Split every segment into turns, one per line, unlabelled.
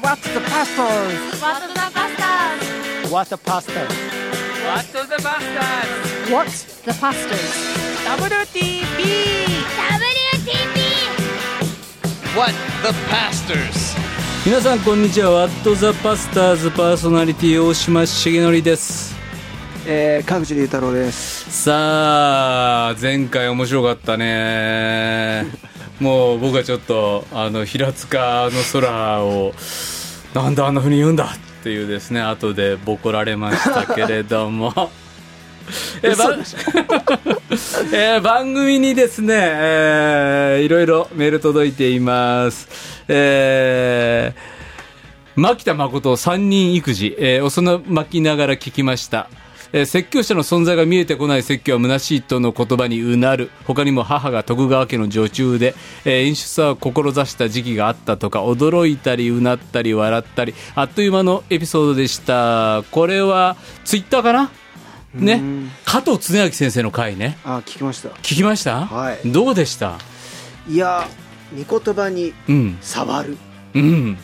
パスタ
What
What
the pastors?
a pasta
What the Busters
What the Pastors
WTP
WTP!
What the Pastors
皆さんこんにちは What the Pastors パーソナリティ大島重則です
えー、川口龍太郎です
さあ前回面白かったね もう僕はちょっとあの平塚の空をなんであんな風に言うんだっていうですね後でボコられましたけれどもえーば えー番組にですね、えーいろいろメール届いていますえー牧田誠三人育児、えー、幼巻きながら聞きました、えー説教者の存在が見えてこない説教は虚しいとの言葉にうなる他にも母が徳川家の女中で、えー演出家を志した時期があったとか驚いたりうなったり笑ったりあっという間のエピソードでしたこれはツイッターかなね加藤恒明先生の回ね
あー聞きました
聞きました、
はい
どうでした
いやー御言葉に
うん
触る、
うん
うん、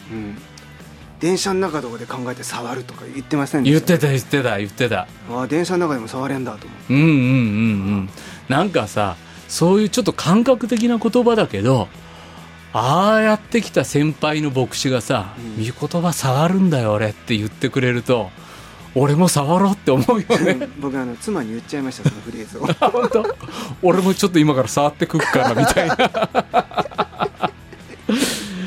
電車の中とかで考えて触るとか言ってませんで
言っ
した
てた言ってた言ってた
あー電車の中でも触れんだと思って
うんうんうんうんなんかさそういうちょっと感覚的な言葉だけどああやってきた先輩の牧師がさ「
う
御
ん
言葉触るんだよ俺」って言ってくれると俺も触ろうって思うよね
僕あの妻に言っちゃいましたそのフレーズを
本当俺もちょっと今から触ってくっからみたいな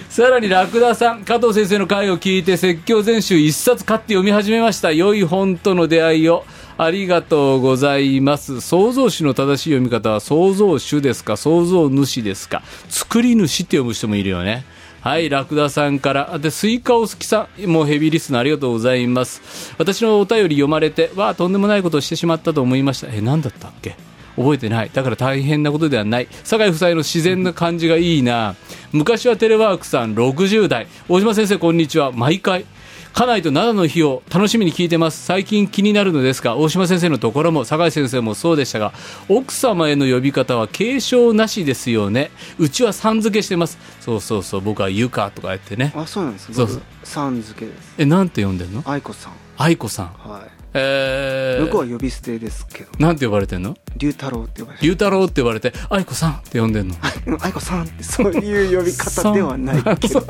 さらにラクダさん加藤先生の回を聞いて説教全集一冊買って読み始めました良い本との出会いをありがとうございます創造主の正しい読み方は創造主ですか創造主ですか作り主って読む人もいるよねはい、ラクダさんから。で、スイカお好きさん、もうヘビーリスナーありがとうございます。私のお便り読まれて、わあ、とんでもないことをしてしまったと思いました。え、なんだったっけ覚えてない。だから大変なことではない。酒井夫妻の自然な感じがいいな。昔はテレワークさん60代。大島先生、こんにちは。毎回。家内と灘の日を楽しみに聞いてます最近気になるのですが大島先生のところも酒井先生もそうでしたが奥様への呼び方は継承なしですよねうちはさん付けしてますそうそうそう僕は「ゆか」とかやってね
あそうなんです
そうそう
僕さん付けです
えなんて呼んでんの
愛子さん
愛子さん
はい
えー、
向こうは呼び捨てですけど
なんて呼ばれてんの
龍太郎って呼ばれて
龍太郎って言われて愛子さんって呼んでんの
る 愛子さんってそういう呼び方ではない けど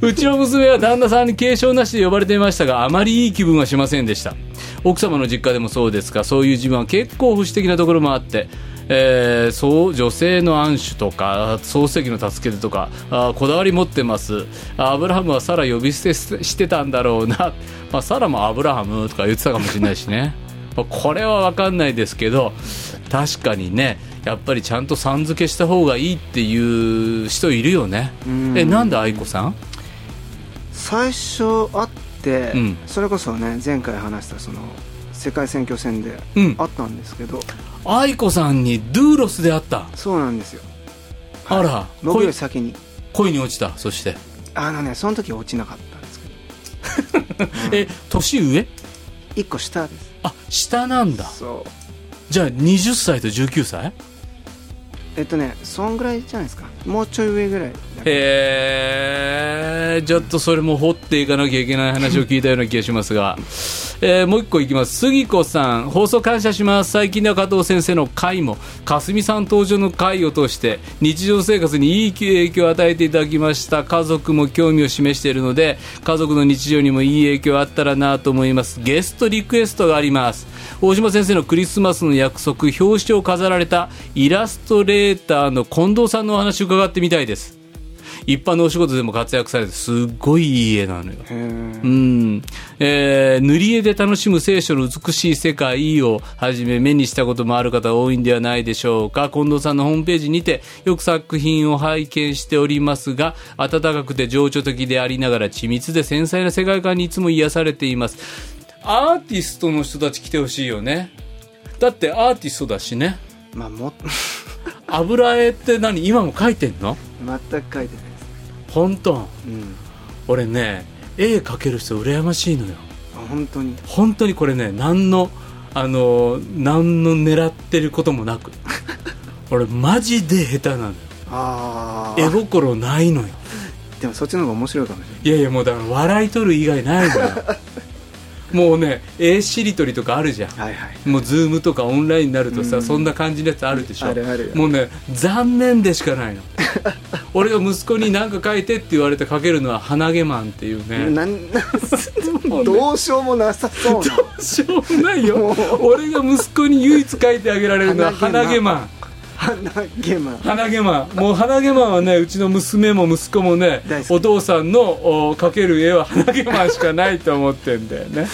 うちの娘は旦那さんに継承なしで呼ばれていましたがあまりいい気分はしませんでした奥様の実家でもそうですがそういう自分は結構保守的なところもあってえーそう女性の暗守とか漱石の助け手とかあーこだわり持ってますあーアブラハムはサラ呼び捨てしてたんだろうな、 まあ、サラもアブラハムとか言ってたかもしれないしね まあこれは分かんないですけど確かにねやっぱりちゃんとさん付けした方がいいっていう人いるよね
ん
えなんで愛子さん
最初会って、
うん
それこそね前回話したその世界選挙戦で
うん
会ったんですけど、
愛子さんにドゥーロスで会った
そうなんですよ
あら
僕よ
恋
り先に
恋に落ちたそして、
あのねその時は落ちなかったんですけど
え年上
1個下です
あ下なんだ
そう
じゃあ20歳と19歳
えっとねそんぐらいじゃないですかもうちょい上ぐらいだから
えー、ちょっとそれも掘っていかなきゃいけない話を聞いたような気がしますが、えーもう一個いきます杉子さん放送感謝します最近では加藤先生の回もかすみさん登場の回を通して日常生活にいい影響を与えていただきました家族も興味を示しているので家族の日常にもいい影響あったらなと思いますゲストリクエストがあります大島先生のクリスマスの約束表紙を飾られたイラストレーターの近藤さんのお話を伺ってみたいです一般のお仕事でも活躍されてすっごいいい絵なのよ。
へー
うんえー塗り絵で楽しむ聖書の美しい世界をはじめ目にしたこともある方多いんではないでしょうか近藤さんのホームページにてよく作品を拝見しておりますが温かくて情緒的でありながら緻密で繊細な世界観にいつも癒されていますアーティストの人たち来てほしいよねだってアーティストだしね
まあも
油絵って何今も描いてんの
全く書いてないです
本当
うん
俺ね絵描ける人羨ましいのよ
あ本当に
本当にこれね何のあの何の狙ってることも なく俺マジで下手なのよ
ああ
絵心ないのよ
でもそっちの方が面白いかもしれない
いやいやもうだから笑い取る以外ない のよもうね絵しりとりとかあるじゃん
はいはい
もうズームとかオンラインになるとさ、
うん
そんな感じのやつあるでしょ
あるあるよ
もうね残念でし かないの俺が息子に何か書いてって言われて書けるのは「鼻毛マン」っていうね
なん
もうね
どうしようもなさそうな
しょうがないよ俺が息子に唯一書いてあげられるのは「鼻
鼻
毛
毛
マン
マ」鼻毛マン
鼻毛マンもう鼻毛マンはねうちの娘も息子もね
大好き
お父さんのお描ける絵は鼻毛マンしかないと思ってんだよね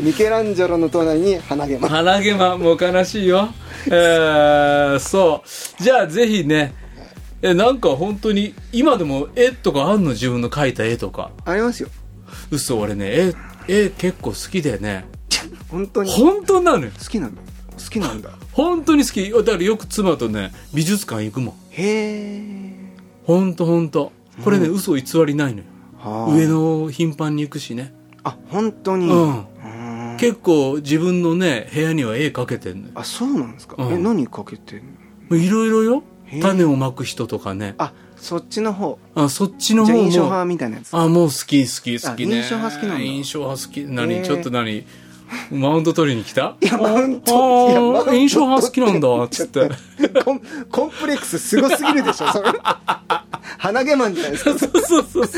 ミケランジェロの隣に鼻毛マン
鼻毛マンもう悲しいよえー、そうじゃあぜひねえなんか本当に今でも絵とかあんの自分の描いた絵とか
ありますよ
嘘俺ね絵絵結構好きでね
本当に好
本当なのよ
きなんだ好きなんだ
本当に好きだからよく妻とね美術館行くもん
へ
本当本当これね、嘘偽りないのよ
ー
上野頻繁に行くしね
あ本当に
うん
ーん
結構自分のね部屋には絵描けてんのよ
あそうなんですか、
うん
え何かけてんの
もういろいろよ
へえ
種をまく人とかね
あそっちの方
あそっちの
じ
方
ゃあ
も
印象派みたいなやつ
あもう好き好き好きね
あ印象派好きなんだ
印象派好き何、
へえ
ちょっと何マウント取りに来た
いやマウン
あ
トいや
ー
マウント
印象派好きなんだっつって
コンコンプレックスすごすぎるでしょそれ鼻毛マンじゃないですか
そうそうそうそう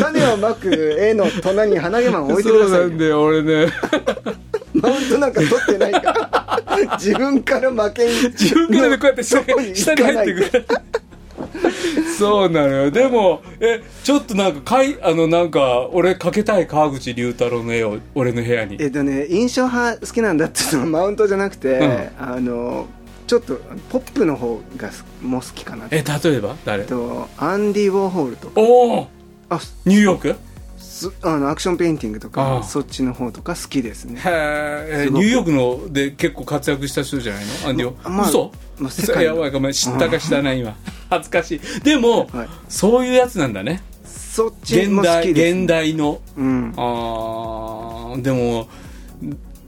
種をまく絵の隣に鼻毛マン置いてくださ
そ
い
うなんだよ俺ね
マウントなんか取ってないから自分から負けに
自分からねこうやって下
そこ
に下
行
に
か
入
な
っ
い
てくるそうなのよでもえちょっとなんかかいあのなんか俺かけたい川口龍太郎の絵を俺の部屋に
えっとね印象派好きなんだっていうのは マウントじゃなくて、あのちょっとポップの方がすも好きかなえっ
え例えば誰
とアンディ・ウォーホールとか
おお
あ
ニューヨークへ
すあのアクションペインティングと
あ
か
あ
そっちの方とか好きですね
え
すご
ニ
く
ューヨークので結構活躍した人じゃないのアンディは、
ままあ
嘘、
まあ世
嘘
界
やばいごめん知ったか知らない今恥ずかしいでも、
はい
そういうやつなんだね
そっち
現
も好
代
きです、ね、
現代の
うん
あーでも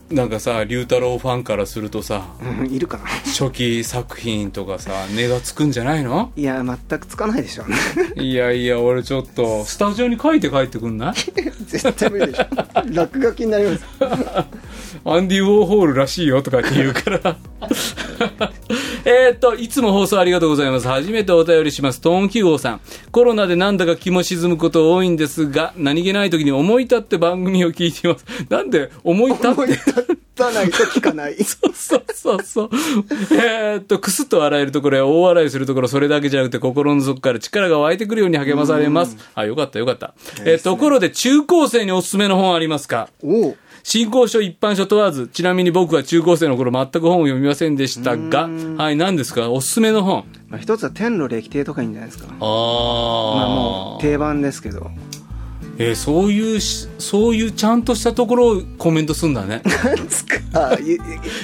なんかさ龍太郎ファンからするとさ
うん いるかな
初期作品とかさ値がつくんじゃないの
いや全くつかないでしょ
いやいや俺ちょっとスタジオに書いて帰ってくんない
絶対無理でしょ 落書きになります
アンディ・ウォーホールらしいよとかって言うから えーっといつも放送ありがとうございます初めてお便りしますトーン記号さんコロナでなんだか気も沈むこと多いんですが何気ない時に思い立って番組を聞いていますなんで思い立っ
思い
て
立たないと聞かない
そうそうそう。えーっと、くすっと笑えるところや大笑いするところ、それだけじゃなくて心の底から力が湧いてくるように励まされます。あ、よかったよかった。えーところで中高生におすすめの本ありますか
おう
新興書一般書問わず、ちなみに僕は中高生の頃全く本を読みませんでしたが、はい、何ですかおすすめの本。
まあ、一つは天路歴帝とかいいんじゃないですか
あ
まあも
あ
う定番ですけど
えーそういうし、そういうちゃんとしたところをコメントすんだね。
つくあいい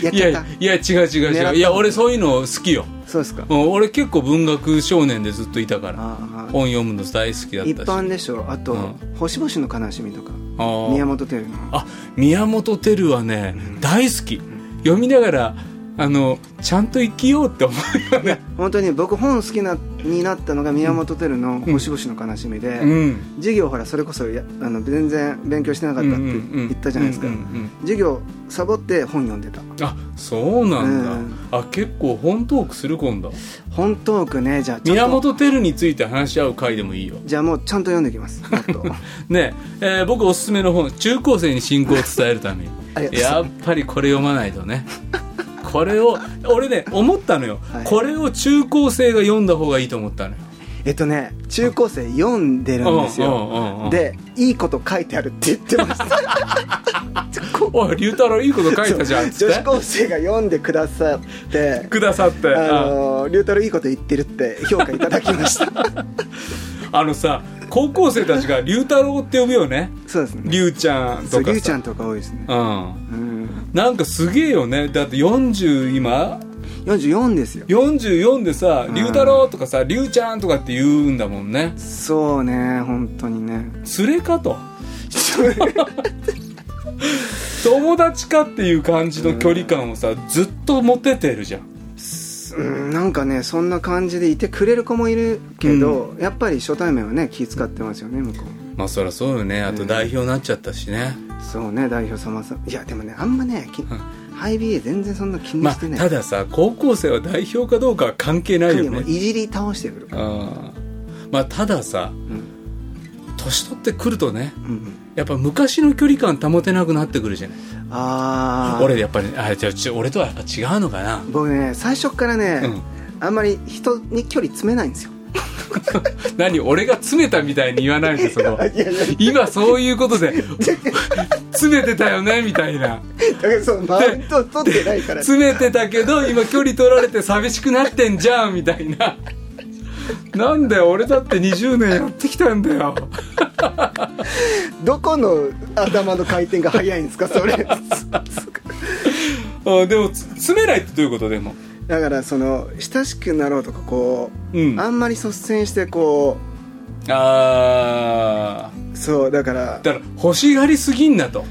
やっ
い
ちゃ
や
った
いや、違う違う
狙った
違う。いや、俺そういうの好きよ。
そうですか
うん俺結構文学少年でずっといたから
ああ
本読むの大好きだったし
一般でしょあと、星々の悲しみ」とか
あー
宮本テルの
あ宮本照はね、大好き読みながらあのちゃんと生きようって思うよね
本当に僕本好きなになったのが宮本テルの「星々の悲しみで」
うん
授業ほらそれこそやあの全然勉強してなかったって言ったじゃないですか、
うんうんうんうん
授業サボって本読んでた
あそうなんだ、
うん
あ結構本トークする今度
本トークねじゃあちょっと
宮本照について話し合う回でもいいよ
じゃあもうちゃんと読んできますもっ と
ねえー僕おすすめの本中高生に信仰を伝えるために
ありがとうございます
やっぱりこれ読まないとねこれを俺ね思ったのよ、
はい
これを中高生が読んだ方がいいと思ったのよ
えっとね中高生読んでるんです
うんうんうんう
よ
ん
でいいこと書いてあるって言ってました
おい龍太郎いいこと書いたじゃんっつ
女
っ
子
て
高生が読んでくださって
くださって
あ
あ
の龍太郎いいこと言ってるって評価いただきました
あのさ高校生たちが龍太郎って呼ぶよね
そうですね
龍ちゃんと
そ
かさ
う龍ちゃんとか多いですね
うん
うん
なんかすげえよねだって40今
44ですよ
44でさ
う
「
ん
龍太郎」とかさ「龍ちゃん」とかって言うんだもんね
そうね本当にね
連れかと 友達かっていう感じの距離感をさずっと持ててるじゃん
うんなんかねそんな感じでいてくれる子もいるけど、やっぱり初対面はね気使ってますよね向こう
まあそりゃそうよねあと代表になっちゃったしね、
そうね代表様さんいやでもねあんまねきハイビー全然そんな気に
まあ
してない、
たださ高校生は代表かどうかは関係ない
特
よ
にもう
ね
いじり倒してくるから
あーまあたださ
うん
年取ってくるとね
うん
やっぱ昔の距離感保てなくなってくるじゃない
ああ
俺やっぱりあじゃあち俺とはやっぱ違うのかな
僕ね最初からね、あんまり人に距離詰めないんですよ
何俺が詰めたみたいに言わないでそ こ
いやいや
今そういうことで詰めてたよねみたいな
だからそのマウント取ってないから
詰めてたけど今距離取られて寂しくなってんじゃんみたいななんだよ俺だって20年やってきたんだよ
どこの頭の回転が速いんですかそれ
あでもつ詰めないってどういうことでも
だからその親しくなろうとかこう、
うん
あんまり率先してこ
ああ
うそうだから
だから欲しがりすぎんなと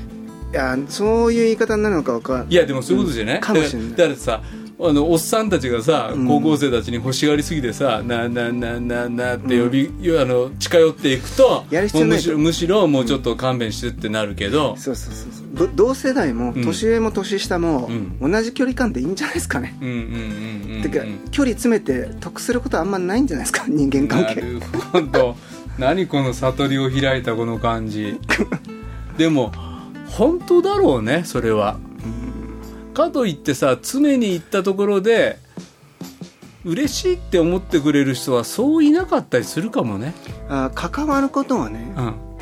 いやそういう言い方になるのかわかん
いやでもそういうことじゃない、
うんかもしれない
だからだからさあのおっさんたちがさ
ん
高校生たちに欲しがりすぎてさ、なななななって呼び、あの近寄っていくと
やる必要
もう
ない
むしろむしろもうちょっと勘弁してってなるけど、
そうそうそうそうど同世代も
うん
年上も年下も、
うん
同じ距離感でいいんじゃないですかね、
うん、うんうんうんうん
てか距離詰めて得することあんまないんじゃないですか人間
な
関係
るほど何この悟りを開いたこの感じでも本当だろうねそれはかといってさ詰めに行ったところで嬉しいって思ってくれる人はそういなかったりするかもね
あ関わることはね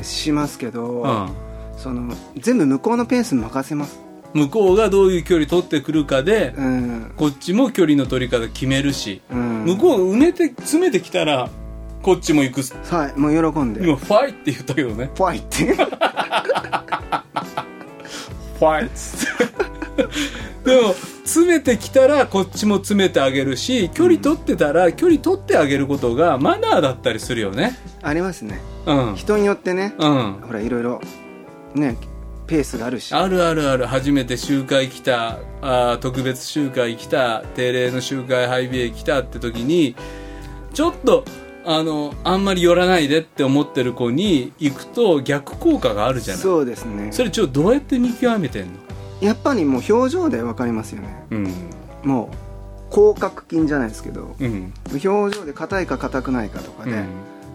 う、ん
しますけど、
うん
その全部向こうのペースに任せます
向こうがどういう距離取ってくるかで
うん、
こっちも距離の取り方決めるし
うん、
向こう埋めて詰めてきたらこっちも行く
うはいもう喜んで
今ファイって言ったけどね
怖いって
ファイッツ でも詰めてきたらこっちも詰めてあげるし距離取ってたら距離取ってあげることがマナーだったりするよね
ありますね
うん
人によってね、
うん
ほらいろいろねペースがあるし
あるあるある初めて集会来たあー特別集会来た定例の集会ハイビエ来たって時にちょっとあのあんまり寄らないでって思ってる子に行くと逆効果があるじゃないそ
そうですね
れちょっとどうやって見極めてんの
やっぱりもう表情で分かりますよね
うん
もう広角筋じゃないですけど
うん
表情で硬いか硬くないかとかで、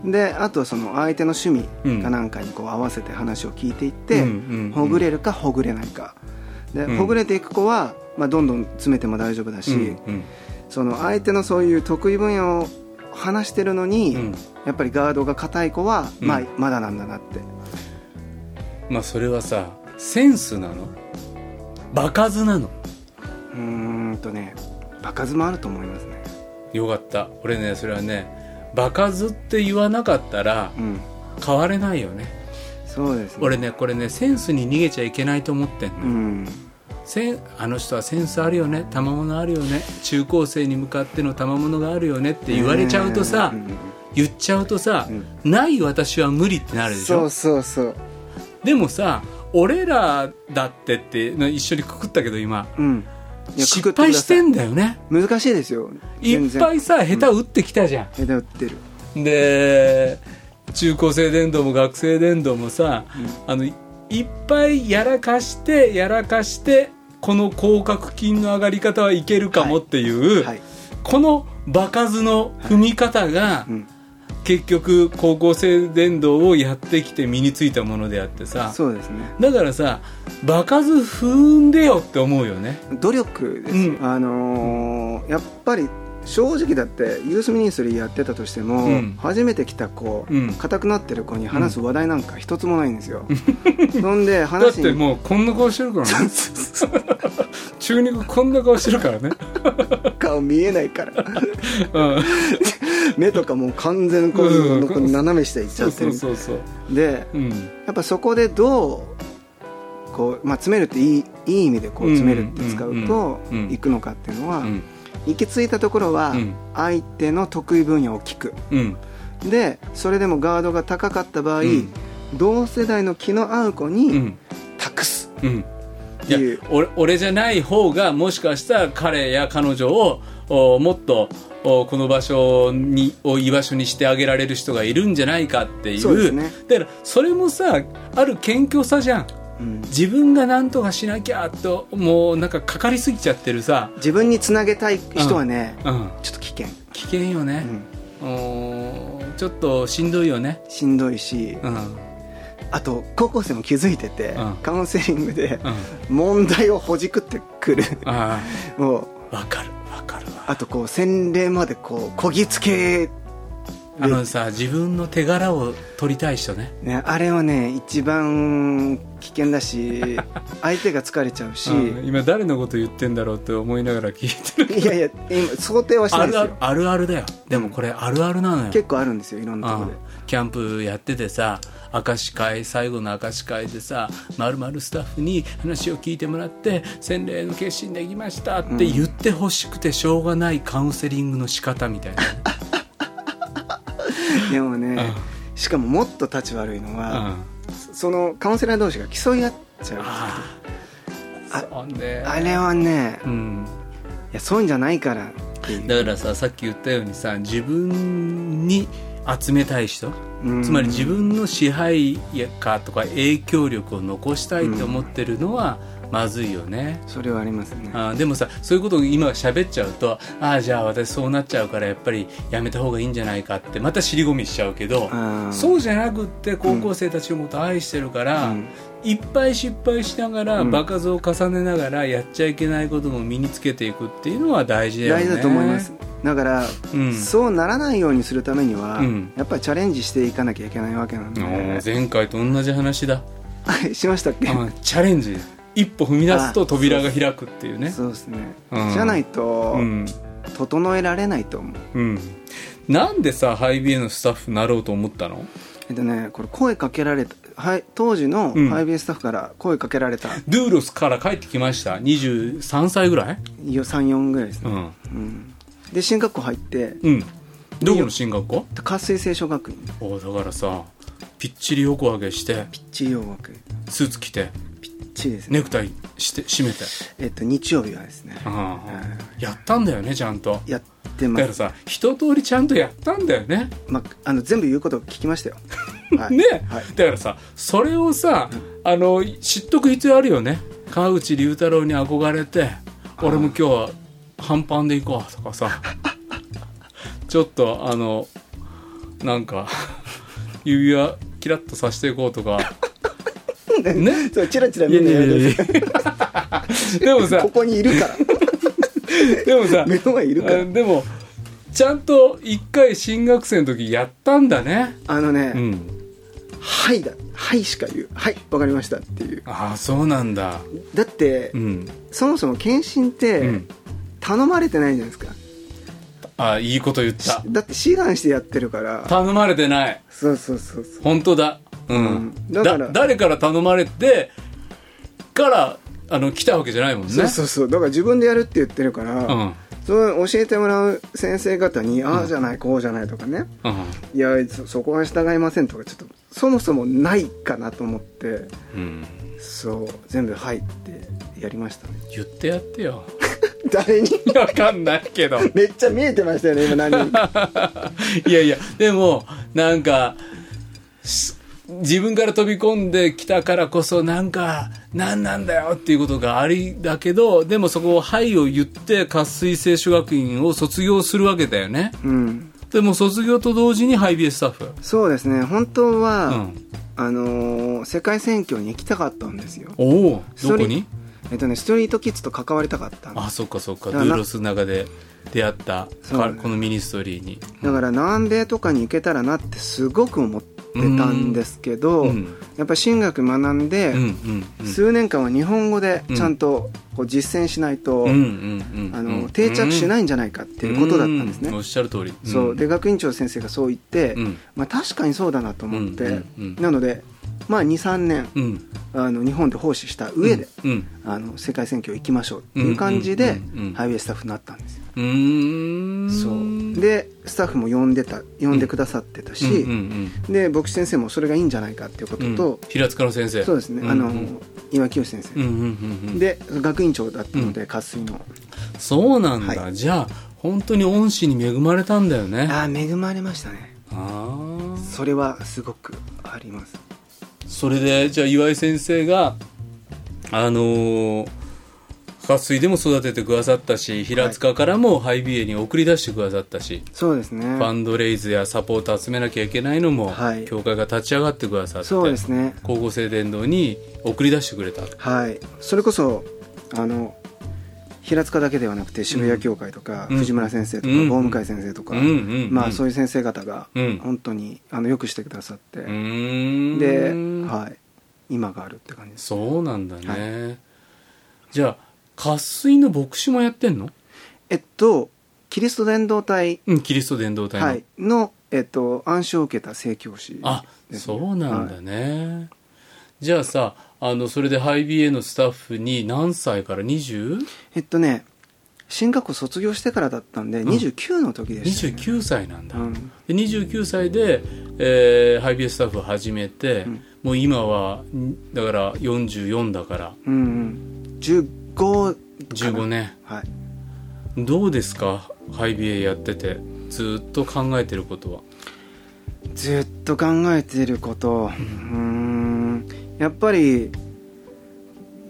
であとその相手の趣味かなんかにこう合わせて話を聞いていって、
うんうんうん
ほぐれるかほぐれないかで、
うん
ほぐれていく子は、まあ、どんどん詰めても大丈夫だし、
うん
その相手のそういう得意分野を話してるのに、
うん
やっぱりガードが硬い子は、
うん
まあ、まだなんだなって
まあそれはさセンスなの場数なの
うーんとね場数もあると思いますね
よかった俺ねそれはね場数って言わなかったら
うん
変われないよね
そうですね
俺ねこれねセンスに逃げちゃいけないと思ってん
う
の、
ん
センあの人はセンスあるよね賜物あるよね中高生に向かっての賜物があるよねって言われちゃうとさ、
うん
言っちゃうとさ、ない私は無理ってなるでしょ
そうそうそう
でもさ俺らだってって一緒にくくったけど今
うんいや
失敗して
くくっ
んだよね
てください難しいですよ
い
全
っ
然
ぱいさ下手打ってきたじゃん、
枝打ってる
で中高生伝道も学生伝道もさ、あのいいっぱいやらかしてやらかしてこの広角筋の上がり方はいけるかもっていう、
はい
この場数の踏み方が、
うん
結局高校生伝道をやってきて身についたものであってさ
そうですね
だからさ場数踏んでよって思うよね。
努力です、
うん
あのーやっぱり正直だってユースミニストリーやってたとしても、
うん
初めて来た子、
うん
硬くなってる子に話す話題なんか一つもないんですよ、 そんで
だっ
話
て
に
もうこんな顔してるからね中肉こんな顔してる からね、
顔見えないから
うん、
目とかもう完全にこう
うん
こう斜め下行っち
そ
ゃ
う
って
そう
る
そうそう
で
うん
やっぱそこでどうこう、まあ、詰めるっていいいい意味でこう詰めるって使うと
うんうんうんうん
行くのかっていうのは、
うん
行き着いたところは
うん
相手の得意分野を聞く
うん
でそれでもガードが高かった場合、
うん
同世代の気の合う子
う
に
ん
託す、
うんいや
いう
俺俺じゃない方がもしかしたら彼や彼女をおもっとおこの場所にを居場所にしてあげられる人がいるんじゃないかっていう
そうですね
だからそれもさある謙虚さじゃん
うん
自分が何とかしなきゃともうなんかかかりすぎちゃってるさ、
自分につなげたい人はね、
うん、
ちょっと危険、
危険よ
う
ね、
ん、
おーちょっとしんどいよね
しんどいし、
うん、うん、
あと高校生も気づいてて、
うん
カウンセリングで問題をほじくってくる
あ
もう
あわかるわかるわ
あとこう洗礼までこうこぎつけ
あのさ自分の手柄を取りたい人ね
ね、あれはね一番危険だ し相手が疲れちゃうし、
うん今誰のこと言ってんだろうって思いながら聞いてる
いやいや今想定はしてな
あ
いです
るある
よ
あるあるだよでもこれあるあるなのよ
結構あるんですよいろんなとこ
う
ろ
ん
で、
キャンプやっててさ明石会最後の明石会でさまるまるスタッフに話を聞いてもらって洗礼の決心できましたって言ってほしくてしょうがないカウンセリングの仕方みたいな、
でもね、
う
しかももっと立ち悪いの
う
は、
ん
そのカウンセラー同士が競い合っちゃう
あ
あ
あそんで
あれはね、
う
い
ん
やそういうんじゃないからっていう
だからささっき言ったようにさ自分に集めたい人
うん
つまり自分の支配下とか影響力を残したいと思ってるのはまずいよね、
それはありますね
あーでもさそういうことを今喋っちゃうとああじゃあ私そうなっちゃうからやっぱりやめた方がいいんじゃないかってまた尻込みしちゃうけど、
あー
そうじゃなくって高校生たちのこと愛してるから、
うん
いっぱい失敗しながら、
うん
場数を重ねながらやっちゃいけないことも身につけていくっていうのは大事だよね
大事だと思います、だから、
うん
そうならないようにするためには、
うん
やっぱりチャレンジしていかなきゃいけないわけなん
お
で、
ー前回と同じ話だ
しましたっけ、
うんチャレンジ一歩踏み出すと扉が開くっていうね
そうですね、
うん
じゃないと、
うん
整えられないと思う
うんなんでさハイビエのスタッフになろうと思ったの
えっとねこれ声かけられた、はい、当時の
うん
ハイビエスタッフから声かけられた、
ドゥーロスから帰ってきました23歳ぐらい
34ぐらいです
う
ね、
ん、
うんで進学校入って
うん、どこの進学校
活水清書学院
おだからさぴっちり横上げして
ピッチ洋学
スーツ着て
ピッチですね
ネクタイして締めて、
えっと日曜日はですね
うんやったんだよねちゃんと
やって
だ
ま
から
す、
さ一通りちゃんとやったんだよね
まあの全部言うこと聞きました よ、はい、
ね、
はい、
だからさそれをさあの知っとく必要あるよね川内龍太郎に憧れて俺も今日は半パンで行こうと かさちょっとあのなんか指輪キラッとさしていこうとかね
そうチラチラ見るのやめてください
でもさ
ここにいるから
でもさ
目の前いるから
あでもちゃんと一回新学生の時やったんだね
あのね、
うん
はいだはいしか言うはいわかりましたっていう
ああそうなんだ
だって、
うん、
そもそも検診っ
う
て
ん、
頼まれてないじゃないですか、
ああいいこと言った
だって志願してやってるから
頼まれてない
そうそうそうそう
本当だうん、
うんだから
誰から頼まれてからあの来たわけじゃないもんね
そうそうそうだから自分でやるって言ってるから、
うん
その教えてもらう先生方に、ああじゃないこうじゃないとかね
うん
いやそそこは従いませんとかちょっとそもそもないかなと思って
うん
そう全部「はい」ってやりま したね
言ってやってよ
誰に
わかんないけど
めっちゃ見えてましたよね今何人か
いやいやでもなんかす自分から飛び込んできたからこそなんか何なんだよっていうことがありだけどでもそこを「はい」を言って活水清書学院を卒業するわけだよね
うん
でも卒業と同時にハイビエスタッフ
そうですね本当は、
うん
あのー世界選挙に行きたかったんですよ
おお
スト
どこ
リ
に
えっとねストリートキッズと関わりたかったんです
あそっかそっか
だか
ド
ら
ゥーロスの中で出会った
そう
かこのミニストリーに
だから南米とかに行けたらなってすごく思ってたんですけど、
うん
やっぱり進学学んで、
うんうん
数年間は日本語でちゃんとこう実践しないと、
うんうんうんうん
あの定着しないんじゃないかっていうことだったんですね、
うんおっしゃる通り
そうで学院長先生がそう言って、
うん
まあ、確かにそうだなと思って、
うんうんうん
なので、まあ、23年
うん
あの日本で奉仕した上で、
うん
あの世界選挙行きましょうっていう感じで、
うんうんうん
ハイウェイスタッフになったんですよ
うーん
そうでスタッフも呼んでた呼んでくださってたし、
うんうん
で牧師先生もそれがいいんじゃないかっていうこ
う
と
ん
と、
平塚の先生
そうですね、
ん
あの
うん
岩清先
うんう
生、
んうんうん
で学院長だったので、活水の
そうなん
は
だじゃあ本当に恩師に恵まれたんだよね
あ
あ
あ恵まれましたね
あー
それはすごくあります
それでじゃあ岩井先生があのー破水でも育ててくださったし平塚からもハイビエに送り出してくださったし、
そうですね
ファンドレイズやサポート集めなきゃいけないのも、
はい
教会が立ち上がってくださって
そうですね
高校生伝道に送り出してくれた
はいそれこそあの平塚だけではなくて渋谷教会とか、
うん
藤村先生とか、
うん
坊向井先生とか、
うんうん
ま
う
あ、
ん
そういう先生方が
うん
本当に、あのよくしてくださって、
うーん
で、はい、今があるって感じです
そうなんだね、
は
じゃあ渇水の牧師もやってんの
えっとキリスト伝道隊、
うんキリスト伝道隊の、
はい、の、えっと、暗唱を受けた宣教師ですね、
あそうなんだ
はい
ね、じゃあさあのそれでハイビエのスタッフに何歳から 20?29
えっとね進学校卒業してからだったんで、29の時でした、ね、
歳なんだ、
うん
で29歳で、えーハイビエスタッフを始めて、
ん
もう今はんだから44だから
うんうん15かな
15年
はい
どうですかハイビエやっててずっと考えてることは
ずっと考えていることうーんやっぱり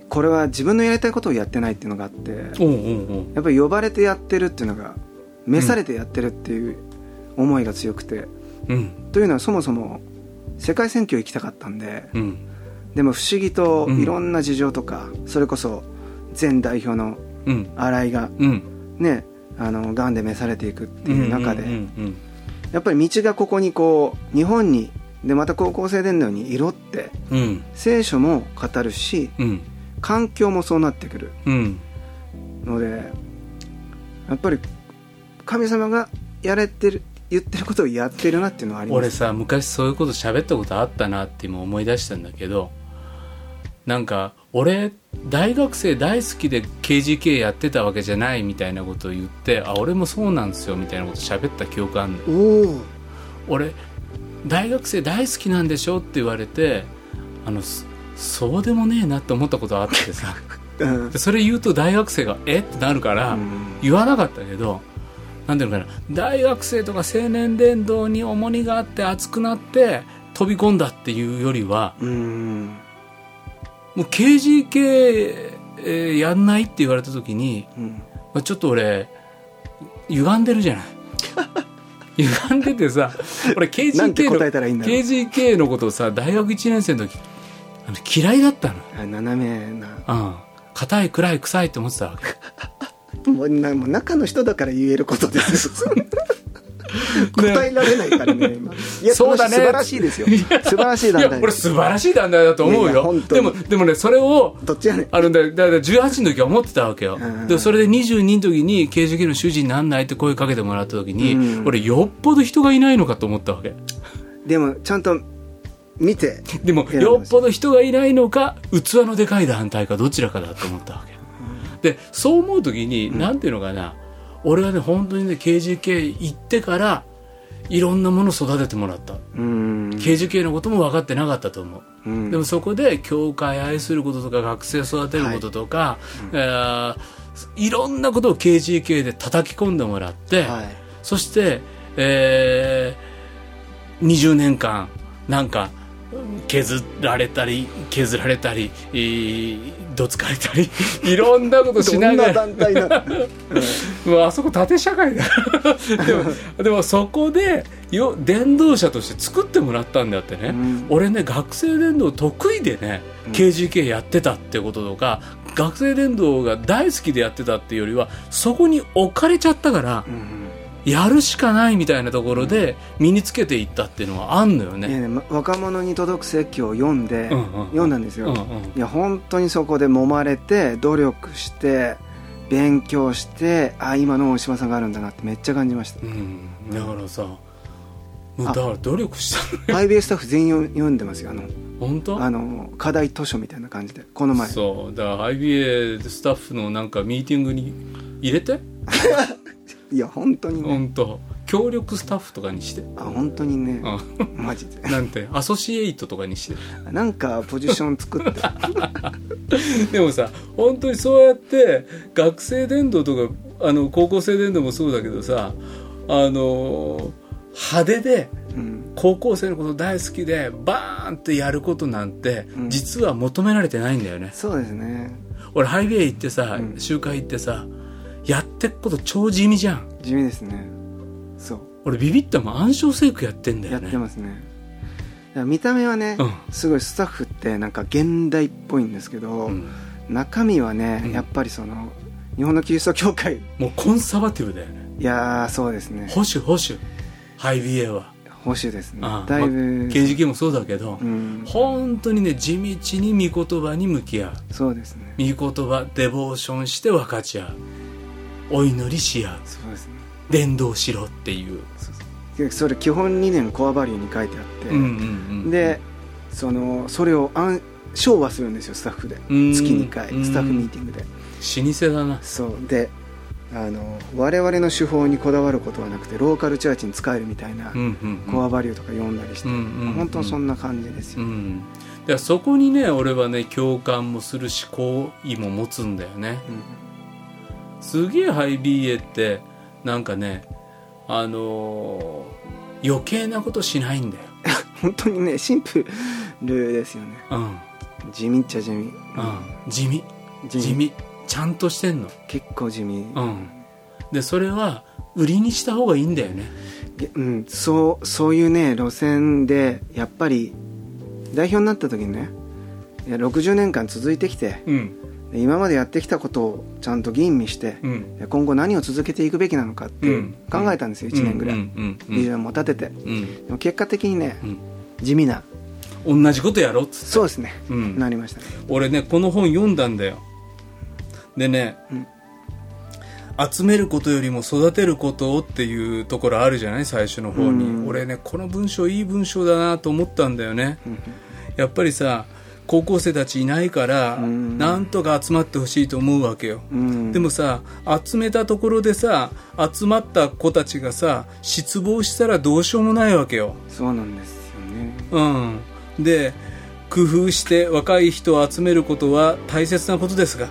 これは自分のやりたいことをやってないっていうのがあって
おうおうおう
やっぱり呼ばれてやってるっていうのが召されてやってるっていう思いが強くて、
うん
というのはそもそも世界選挙行きたかったんで
うん
でも不思議と
うん
いろんな事情とか、それこそ前代表の
うん
新井が
うん
ねあの癌で召されていくっていう中で、
うんうん
やっぱり道がここにこう日本にでまた高校生伝道に色って
うんうん
聖書も語るし
うん
環境もそうなってくる
うん
のでやっぱり神様がやれてる言ってることをやってるなっていうのはありま
俺
す
さ昔そういうこと喋ったことあったなって今思い出したんだけどなんか俺大学生大好きで KGK やってたわけじゃないみたいなことを言ってあ俺もそうなんですよみたいなこと喋った記憶あんのよ
おお
俺大学生大好きなんでしょって言われてあのそそうでもねえなって思ったことあってさ
うん
でそれ言うと大学生がえってなるから、
うん
言わなかったけどなんていうのかな大学生とか青年伝道に重荷があって熱くなって飛び込んだっていうよりは
うん
もう KGK、えーやんないって言われた時に、
うん
まあ、ちょっと俺歪んでるじゃない 歪んでてさ俺 KGK
なんて
の
答えたらいいんだろう
KGK のことをさ大学1年生の時あの嫌いだったの
あ斜めな
うん硬い暗い臭いって思ってたわけ
もうなもう中の人だから言えることです 答えられないからね今いや
そうだね
素晴らしいですよ素晴らしい団
いや
体
俺素晴らしい団体だと思う
いやいや
よ
本当
で
に
もでもねそれを
どっちやねん
あるんだよだから18の時は思ってたわけよ
うん
でそれで22の時に刑事系の主人になんないって声かけてもらった時に、
うん
俺よっぽど人がいないのかと思ったわけ
でもちゃんと見て
でも
いや
よっぽど人がいないのか器のでかい団体かどちらかだと思ったわけでそう思う時になんていうのかな、俺はね本当にね KGK 行ってからいろんなものを育ててもらった
うん、
KGK のことも分かってなかったと思う
うん
でもそこで教会愛することとか学生育てることとか、いえーいろんなことを KGK で叩き込んでもらって、
はい
そして、えー20年間なんか削られたり削られたり、えーどつかれ たりいろんなことしなが
ど
ら
んな団体な の
うわあそこ縦 社会だでもでもそこでよ伝道者として作ってもらったんだってね、
うん
俺ね学生伝道得意でね
うん
KGK やってたってこととか、学生伝道が大好きでやってたっていうよりはそこに置かれちゃったから
う、ん
やるしかないみたいなところで身につけていったっていうのはあんのよ
いや
ね。
ねま若者に届く説教を読んで、
うんうん
読んだんです
う
よ、
んうん
いや本当にそこで揉まれて努力して勉強してあ今の大島さんがあるんだなってめっちゃ感じました
うん、だからさもうだ
あ
から努力したの
IBA スタッフ全員読読んでますよあの
本当
あの課題図書みたいな感じでこの前
そうだから IBA スタッフのなんかミーティングに入れて
いや本当にね
本当協力スタッフとかにして、
あ本当にね
う
マジで
ん、なんてアソシエイトとかにして
なんかポジション作って
でもさ本当にそうやって学生伝道とかあの高校生伝道もそうだけどさあの派手で
うん
高校生のこと大好きでバーンってやることなんて、
うん
実は求められてないんだよね
そうですね
俺ハイビエ行ってさ、
うん
集会行ってさやってくこと超地味じゃん
地味ですねそう
俺ビビったもん暗証セイクやってんだ
や
よ
っ
ね
てますねだから見た目はね、
うん
すごいスタッフってなんか現代っぽいんですけど、
うん
中身はね、
うん
やっぱりその日本のキリスト教会
もうコンサバティブだよね
いやーそうですね
保守保守ハイビエは、
保守ですね
うん
だい
ま
ぶ
あ、刑事系もそうだけど、
うん
本当にね地道に御言葉に向き合う
そうですね
御言葉デボーションして分かち合うお祈りし合う
そうですね
伝道しろっていう、
でそれ基本理念コアバリューに書いてあって、
ん
でそのそれを暗昭和するんですよスタッフで月
ん
2回
うん
スタッフミーティングで
老舗だな
そうであの我々の手法にこだわることはなくてローカルチャーチに使えるみたいな
うんうんうん
コアバリューとか読んだりして、
うんうんうん
本当にそんな感じです
う
よ、
んだからそこにね俺はね共感もするし好意も持つんだよねすげえハイビーエってなんかねあのー余計なことしないんだよ、
本当にねシンプルですよね
うん
地味っちゃ地味、
うん、地味
地
地味ちゃんとしてんの
結構地味、
うんでそれは売りにした方がいいんだよね
げうん、そうそういうね路線でやっぱり代表になった時にねいや60年間続いてきて
うん
で今までやってきたことをちゃんと吟味して、
うん
で今後何を続けていくべきなのかって
うん
考えたんですよ、1年ぐらい、
うんうん
ビジョンも立てて
うん
でも結果的にね、
うん
地味な
うん同じことやろうっつって
そうですね、
うん
なりましたね
俺ねこの本読んだんだよでね、
うん
集めることよりも育てることをっていうところあるじゃない最初の方に、
うん
俺ねこの文章いい文章だなと思ったんだよね
うん
やっぱりさ高校生たちいないから、
うん
なんとか集まってほしいと思うわけよ、
うん
でもさ集めたところでさ集まった子たちがさ失望したらどうしようもないわけよ、
そうなんですよね
うん、で工夫して若い人を集めることは大切なことですが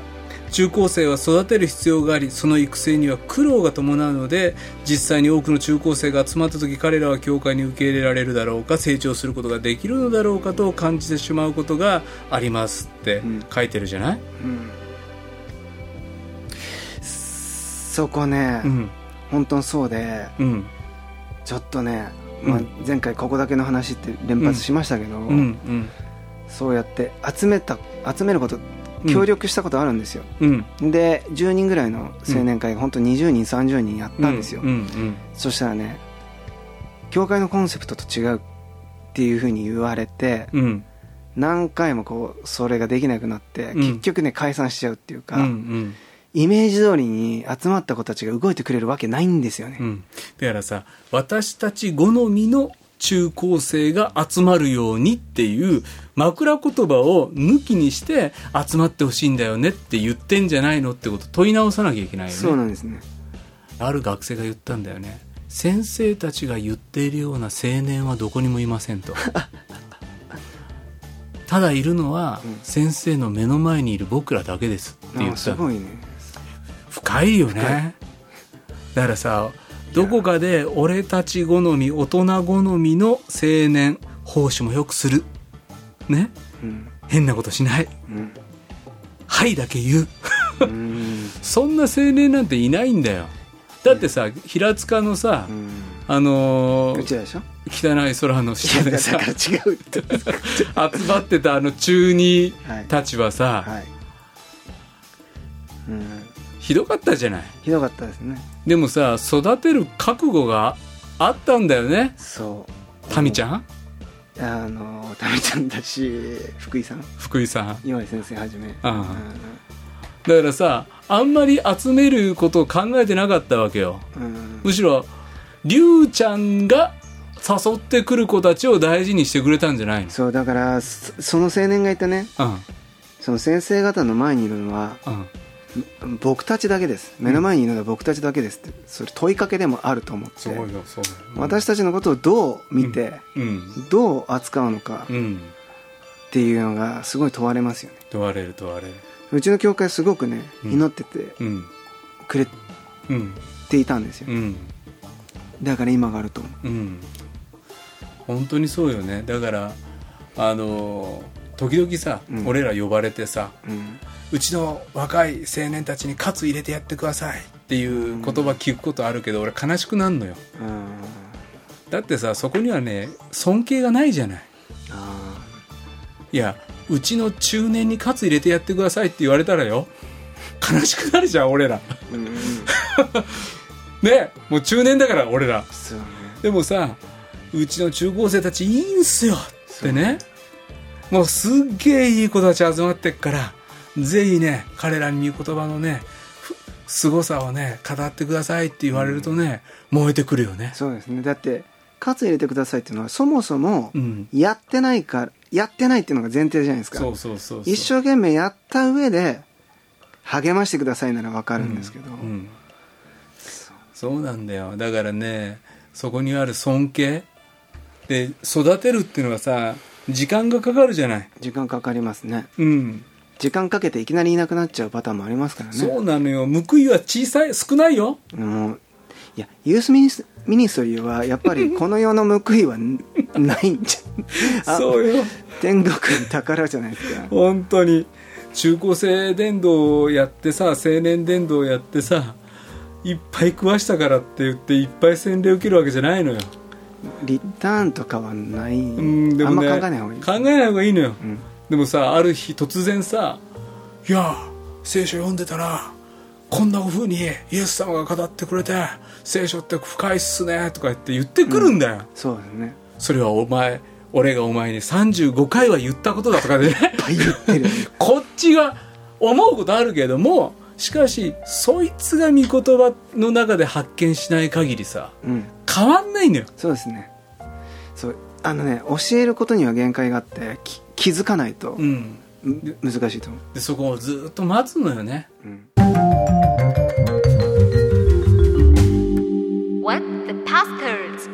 中高生は育てる必要がありその育成には苦労が伴うので実際に多くの中高生が集まった時彼らは教会に受け入れられるだろうか成長することができるのだろうかと感じてしまうことがありますって
うん
書いてるじゃない、
うんそこね、
うん
本当にそうで
うん
ちょっとね、
うん
まあ、前回ここだけの話って連発しましたけど、
うんうん
そうやって集めた集めること
うん
協力したことあるんですよ、
うん
で10人ぐらいの青年会が本当20人30人やったんですよ、
うんうん
そしたらね教会のコンセプトと違うっていうふうに言われて
うんうん
何回もこうそれができなくなって、
うん
結局ね解散しちゃうっていうか、
うん
イメージ通りに集まった子たちが動いてくれるわけないんですよね、
うん、だからさ私たち好みの中高生が集まるようにっていう枕言葉を抜きにして集まってほしいんだよねって言ってんじゃないのってこと問い直さなきゃいけないよね
そうなんですね
ある学生が言ったんだよね先生たちが言っているような青年はどこにもいません とただいるのは
うん
先生の目の前にいる僕らだけですって言
あ
っ
あ
た
す
の
ごいね
深いよ
深
ねだからさどこかで俺たち好み大人好みの青年奉仕もよくするね
うん
変なことしない
うん
はいだけ言う
うん
そんな青年なんていないんだよだってさ平塚のさ、
うん
あのー
うちらでしょ
汚い空の下
いや
で
だ
さ
から違うって
集まってたあの中二
はい
たちはさ、
はい、うん、
ひどかったじゃない
ひどかったですね
でもさ育てる覚悟があったんだよね
そう
民ちゃん
あのタミちゃんだし福井さん
福井さん
岩井先生はじめ
あだからさあんまり集めることを考えてなかったわけよ
うんうん
むしろりゅうちゃんが誘ってくる子たちを大事にしてくれたんじゃないの
そうだからそその青年がいたね
うん
その先生方の前にいるのは
うん
僕たちだけです目の前にいるのが僕たちだけですってそれ問いかけでもあると思って
すごいよそうだようん
私たちのことをどう見て、
うん
どう扱うのか
う
っ
ん
ていうのがすごい問われますよね
問われる問われる
うちの教会すごくね
うん
祈ってて
うん
くれ
うん
ていたんですよ、
うん
だから今があると思
うん本当にそうよねだからあの時々さ、
うん
俺ら呼ばれてさ
う、うん、
うちの若い青年たちに喝入れてやってくださいっていう言葉聞くことあるけど俺悲しくなるのよ
あ
だってさそこにはね尊敬がないじゃない
ーあ
いやうちの中年に喝入れてやってくださいって言われたらよ悲しくなるじゃん俺ら
ーうんうん
ねもう中年だから俺ら
そうね
でもさうちの中高生たちいいんすよってねもうすっげえいい子たち集まってっからぜひね彼らに御言葉のねふ凄さをね語ってくださいって言われるとね、燃えてくるよね
そうですねだって喝入れてくださいっていうのはそもそも
うん
やってないからやってないっていうのが前提じゃないですか
そうそうそうそう
一生懸命やった上で励ましてくださいならわかるんですけど、
うんうんそうなんだよだからねそこにある尊敬で育てるっていうのはさ時間がかかるじゃない
時間かかりますね
うん
時間かけていきなりいなくなっちゃうパターンもありますからね
そうなのよ報いは小さい少ないよ
もういやユースミニスミニストリーはやっぱりこの世の報いは ないんじゃんあ
そうよ
天国の宝じゃないですか
本当に中高生伝道をやってさ青年伝道をやってさいっぱい食わしたからって言っていっぱい洗礼受けるわけじゃないのよ、
リターンとかはない、
うんで
あ
も
んま
ね
考えない方がいい
考えない方がいいのよ、
ん
でもさある日突然さ「いや聖書読んでたらこんな風にイエス様が語ってくれて聖書って深いっすね」とか言って言ってくるんだよ、
そうですね
それはお前俺がお前に35回は言ったことだとかでね
い っぱい言ってる
こっちが思うことあるけれどもしかしそいつが御言葉の中で発見しない限りさ
うん
変わんないのよ
そうですねそうあのね教えることには限界があってき気づかないと
うん
む難しいと思う、
でそこをずっと待つのよね
うん、
What the pastors?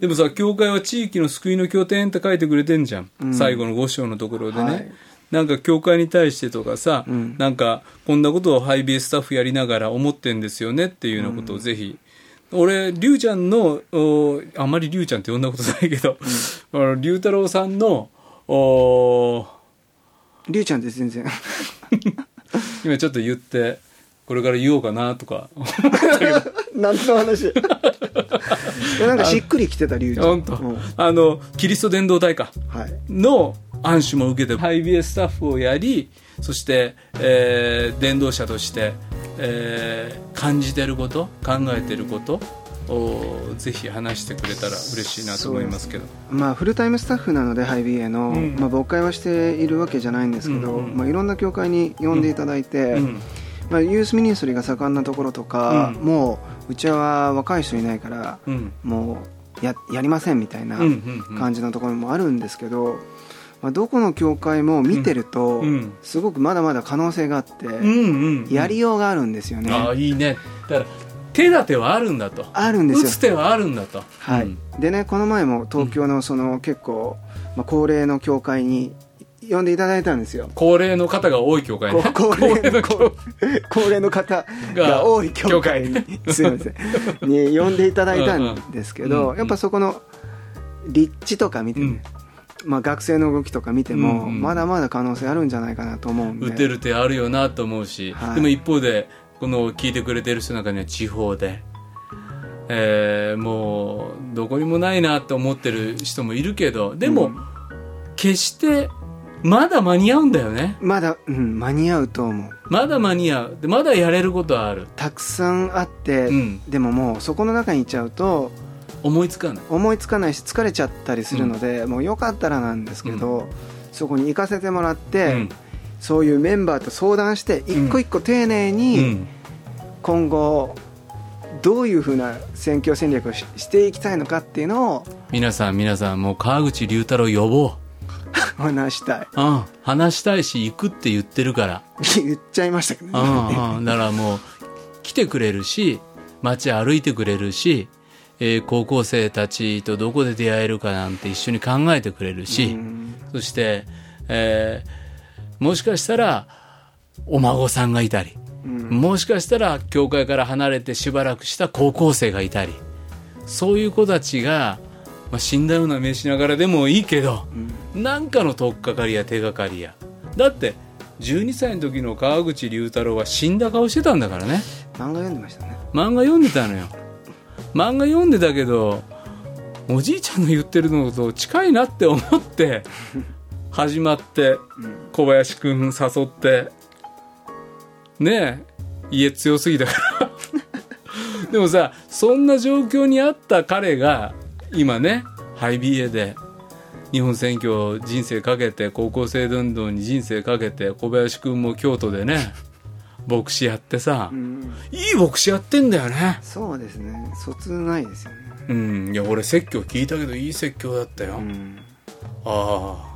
でもさ教会は地域の救いの拠点って書いてくれてんじゃん、
うん
最後の5章のところでね、
はい
なんか教会に対してとかさ、
うん
なんかこんなことをハイビースタッフやりながら思ってんですよねっていうようなことをぜひ、俺りゅうちゃんのおあんまりりゅうちゃんって呼んだことないけど、 あのりゅうたろうさんのお
りゅうちゃんって全 然
今ちょっと言ってこれから言おうかなとか
何の話 いやなんかしっくりきてたりゅうちゃん
本当、
うん
あのキリスト伝道隊か
はい
の暗視も受けてハイビエスタッフをやりそして、えー伝道者として、えー感じてること考えてることをぜひ話してくれたら嬉しいなと思いますけど
まあ、フルタイムスタッフなのでハイビエの、
うん
まあ、僕会はしているわけじゃないんですけど、
うんうん
まあ、いろんな教会に呼んでいただいて、
うん
まあ、ユースミニストリーが盛んなところとか、
うん
もううちは若い人いないから、
うん
もうややりませんみたいな
うんうんうん
感じのところもあるんですけど、まあ、どこの教会も見てると、
うんうん
すごくまだまだ可能性があって、
うんうん
やりようがあるんですよね、
ああいいねだから手立てはあるんだと
あるんで
打
すよ
つ手はあるんだと
はい
うん
でねこの前も東京のその結構、まあ、高齢の教会に呼んでいただいたんです よ
高齢の方が多い教会ね
こ高齢の
高齢の教
高齢の方が多い教会に すいませんに呼んでいただいたんですけ
うん
ど、
うん
やっぱそこの立地とか見てね、まあ、学生の動きとか見ても、
うんうん
まだまだ可能性あるんじゃないかなと思うんで
打てる手あるよなと思うし、
はい
でも一方でこの聞いてくれてる人の中には地方で、えーもうどこにもないなと思ってる人もいるけどでも、
うん
決してまだ間に合うんだよね
まだ、うん、間に合うと思う
まだ間に合うでまだやれることはある
たくさんあって、
うん
でももうそこの中にいちゃうと
思いつかない
思いつかないし疲れちゃったりするので、もうよかったらなんですけど、そこに行かせてもらって、
うん
そういうメンバーと相談して一個一個丁寧に、
うん
今後どういうふうな選挙戦略をししていきたいのかっていうのを
皆さん皆さんもう川口龍太郎呼ぼう
話したい
うん、話したいし行くって言ってるから、
言っちゃいましたけど
う
ね
んうん、だからもう来てくれるし街歩いてくれるし、えー高校生たちとどこで出会えるかなんて一緒に考えてくれるし、そして、えーもしかしたらお孫さんがいたり、もしかしたら教会から離れてしばらくした高校生がいたりそういう子たちが、まあ、死んだような目しながらでもいいけど、なんかの取っかかりや手がかりやだって12歳の時の川口龍太郎は死んだ顔してたんだからね
漫画読んでましたね
漫画読んでたのよ漫画読んでたけどおじいちゃんの言ってるのと近いなって思って始まって小林くん誘ってねえ家強すぎたからでもさそんな状況にあった彼が今ねハイビエで日本選挙人生かけて高校生運動に人生かけて小林くんも京都でね牧師やってさ、
うん
いい牧師やってんだよね。
そうですね卒ないですよね
うん。いや、俺説教聞いたけど、いい説教だったよ。
うん
あ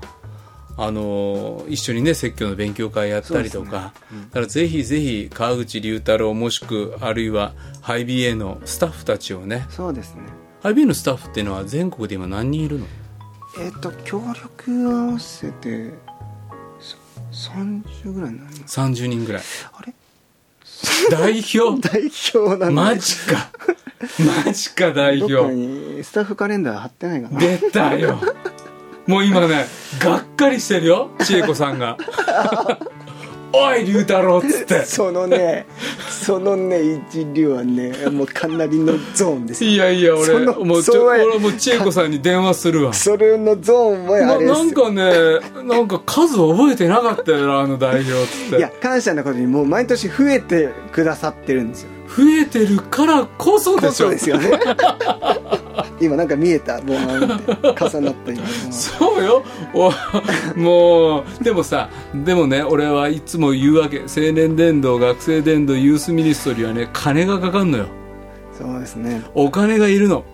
あ。あのー、一緒にね、説教の勉強会やったりとか。だからぜひぜひ、川口龍太郎もしく、あるいは、ハイビエのスタッフたちをね。
そうですね
ハイビエのスタッフっていうのは全国で今何人いるの
えっ、と協力合わせてさ30ぐらいになります
?30 人ぐらい。
あれ
代 表
代表なんで
マジ か。マジか、代
どっか
表。
にスタッフカレンダー貼ってない かな
出たよもう今ねがっかりしてるよ千恵子さんが「おい龍太郎」っつっ
そのねそのね一流はねもうかなりのゾーンです
て「
よ
いやいや
そ
俺
の
もうち
それ
ょ
は
俺はもう千恵子さんに電話するわ」
それのゾーンはあ
な
れです
な
よ
んかねなんか数覚えてなかったよなあの代表っつっ
い
て
や感謝なことにもう毎年増えてくださってるんですよ
増えてるからこそでし
そう
ょ
ですよね今なんか見えたボーンって重なった 今
そうよおもうでもさでもね俺はいつも言うわけ青年伝道学生伝道ユースミニストリーはね金がかかんのよ
そうですね
お金がいるの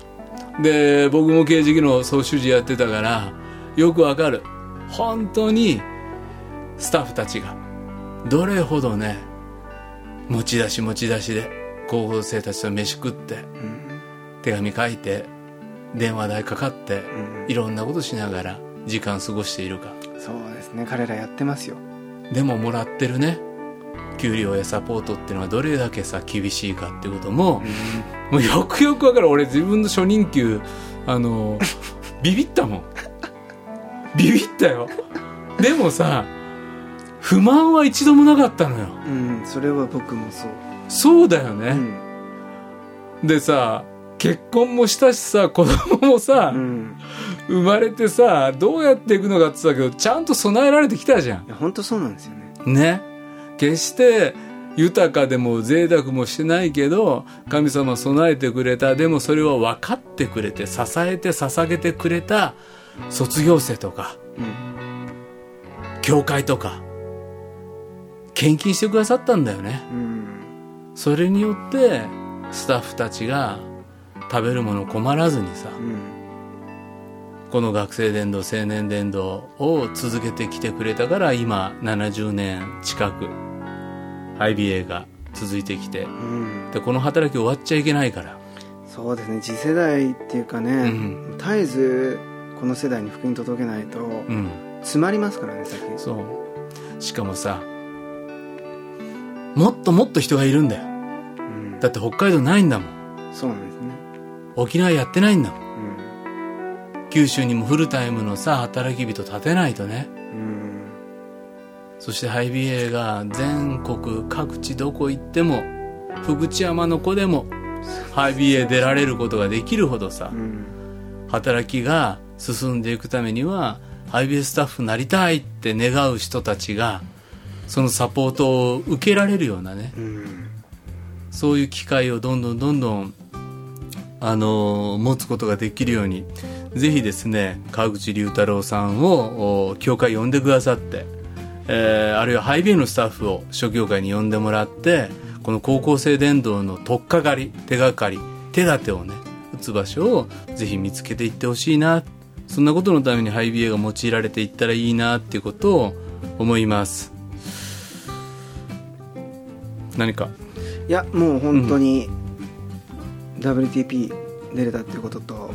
で僕も刑事技能総主事やってたからよくわかる本当にスタッフたちがどれほどね持ち出し持ち出しで高校生たちと飯食って、手紙書いて電話代かかって、いろんなことしながら時間過ごしているか
そうですね彼らやってますよ
でももらってるね給料やサポートっていうのはどれだけさ厳しいかっていうことも、もうよくよく分かる俺自分の初任給 あのビビったもんビビったよでもさ不満は一度もなかったのよ
うんそれは僕もそう、
そうだよ
う
ね、
ん
でさ結婚もしたしさ子供もさ、
うん、
生まれてさどうやっていくのかって言ってたけどちゃんと備えられてきたじゃん
いや本当そうなんですよね
ね決して豊かでも贅沢もしてないけど神様備えてくれたでもそれは分かってくれて支えて捧げてくれた卒業生とか
うん
教会とか献金してくださったんだよね
うん
それによってスタッフたちが食べるもの困らずにさ
うん
この学生伝道青年伝道を続けてきてくれたから今70年近く IBA が続いてきて
うん
でこの働き終わっちゃいけないから
そうですね次世代っていうかね、
う
絶えずこの世代に福音届けないと
うん
詰まりますからね先
そうしかもさもっともっと人がいるんだよ
うん
だって北海道ないんだもん
そうなんですね
沖縄やってないんだもん
うん
九州にもフルタイムのさ働き人立てないとね
うん
そしてハイビエが全国各地どこ行っても福知山の子でもハイビエ出られることができるほどさ
うん
働きが進んでいくためにはハイビエスタッフになりたいって願う人たちがそのサポートを受けられるようなね
うん
そういう機会をどんどんどんどんあの持つことができるようにぜひですね川口龍太郎さんをお教会呼んでくださって、えーあるいはハイビーのスタッフを諸教会に呼んでもらってこの高校生伝道の取っかかり手がかり手立てをね打つ場所をぜひ見つけていってほしいな
そんなことのためにハイビエが用いられていったらいいなっていうことを思います何か
いやもう本当に WTP 出れたっていうことと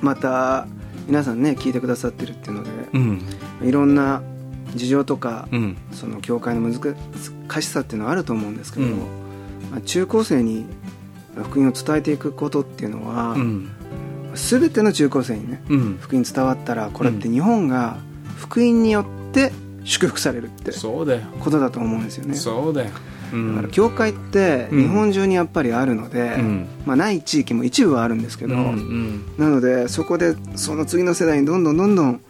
また皆さんね聞いてくださってるっていうので
うん
いろんな事情とか、
嗯
うん
その教会の難しさっていうのはあると思うんですけども、
うん
まあ中高生に福音を伝えていくことっていうのは、
嗯
うん
全ての中高生にね
うん
福音伝わったらこれって日本が福音によって祝福されるって
そうだよ
ことだと思うんですよね。
そうだよ
だ
う
から
ん
教会って
うん
日本中にやっぱりあるので、
嗯
うん
まあ、ない地域も一部はあるんですけ
うん
ど、
うん
なのでそこでその次の世代にどんどんどんどん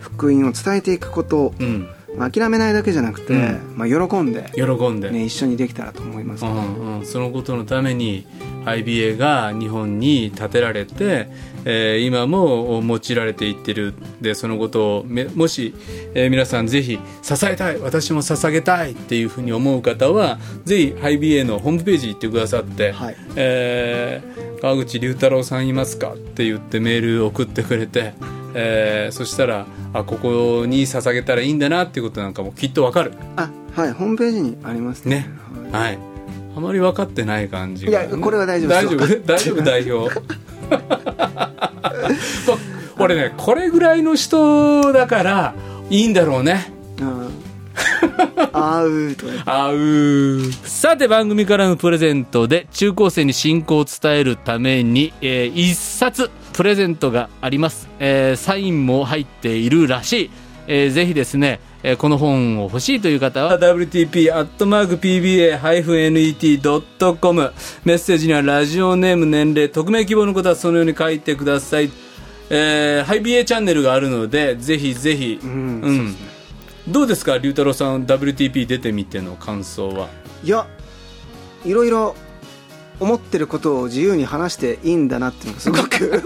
福音を伝えていくこと、
うん
まあ諦めないだけじゃなくて、
うん
まあ、喜んで、
喜んで、
ね、一緒にできたらと思います、
うんうん、そのことのために IBA が日本に建てられて、えー今も用いられていってるでそのことをめもし、えー皆さんぜひ支えたい私も捧げたいっていうふうに思う方はぜひ IBA のホームページ行ってくださって、
はい
えー川口龍太郎さんいますか?」って言ってメール送ってくれて、えーそしたらあここに捧げたらいいんだなっていうことなんかもきっとわかる。
あはいホームページにありますね
ね、はい。あまり分かってない感じが、
いやこれは大丈夫です
大 丈夫、大丈夫、代表。 そう俺ね、これぐらいの人だから、いいんだろうね。
はい、 あーあーうーとか言って
あうーさて番組からのプレゼントで中高生に信仰を伝えるために、えー一冊プレゼントがあります、えーサインも入っているらしい、えーぜひですね、えーこの本を欲しいという方は wtp.pba-net.com メッセージにはラジオネーム年齢匿名希望のことはそのように書いてくださいえーハイビエチャンネルがあるのでぜひぜひ、
ん
うん、どうですか龍太郎さん WTP 出てみての感想はい
やいろいろ思ってることを自由に話していいんだなっていうのがすごく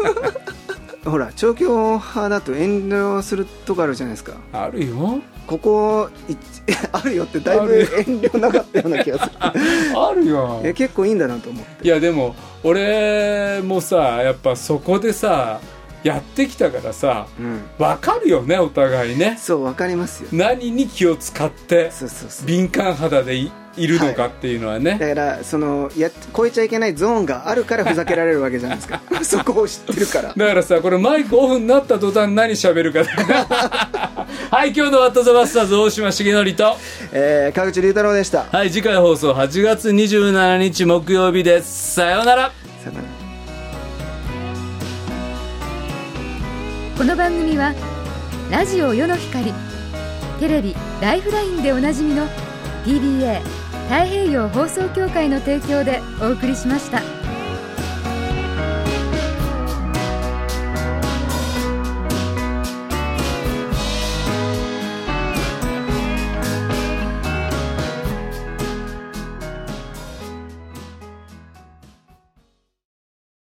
ほら調教派だと遠慮するとこあるじゃないですか
あるよ
ここいあるよってだいぶ遠慮なかったような気がする
あるよ
え結構いいんだなと思って
いやでも俺もさやっぱそこでさやってきたからさ
うん
わかるよねお互いね
そうわかりますよ
何に気を使って
そうそうそう
敏感肌でいいるのかっていうのはね、
だからそのや超えちゃいけないゾーンがあるからふざけられるわけじゃないですかそこを知ってるから
だからさこれマイクオフになった途端何喋るかだよね
はい今日の「ワット・ザ・バスターズ」大島重則と
えー、川口龍太郎でした
はい次回放送8月27日木曜日ですさようなら
さよなら
この番組はラジオ世の光テレビ「ライフライン」でおなじみの PBA 太平洋放送協会の提供でお送りしました。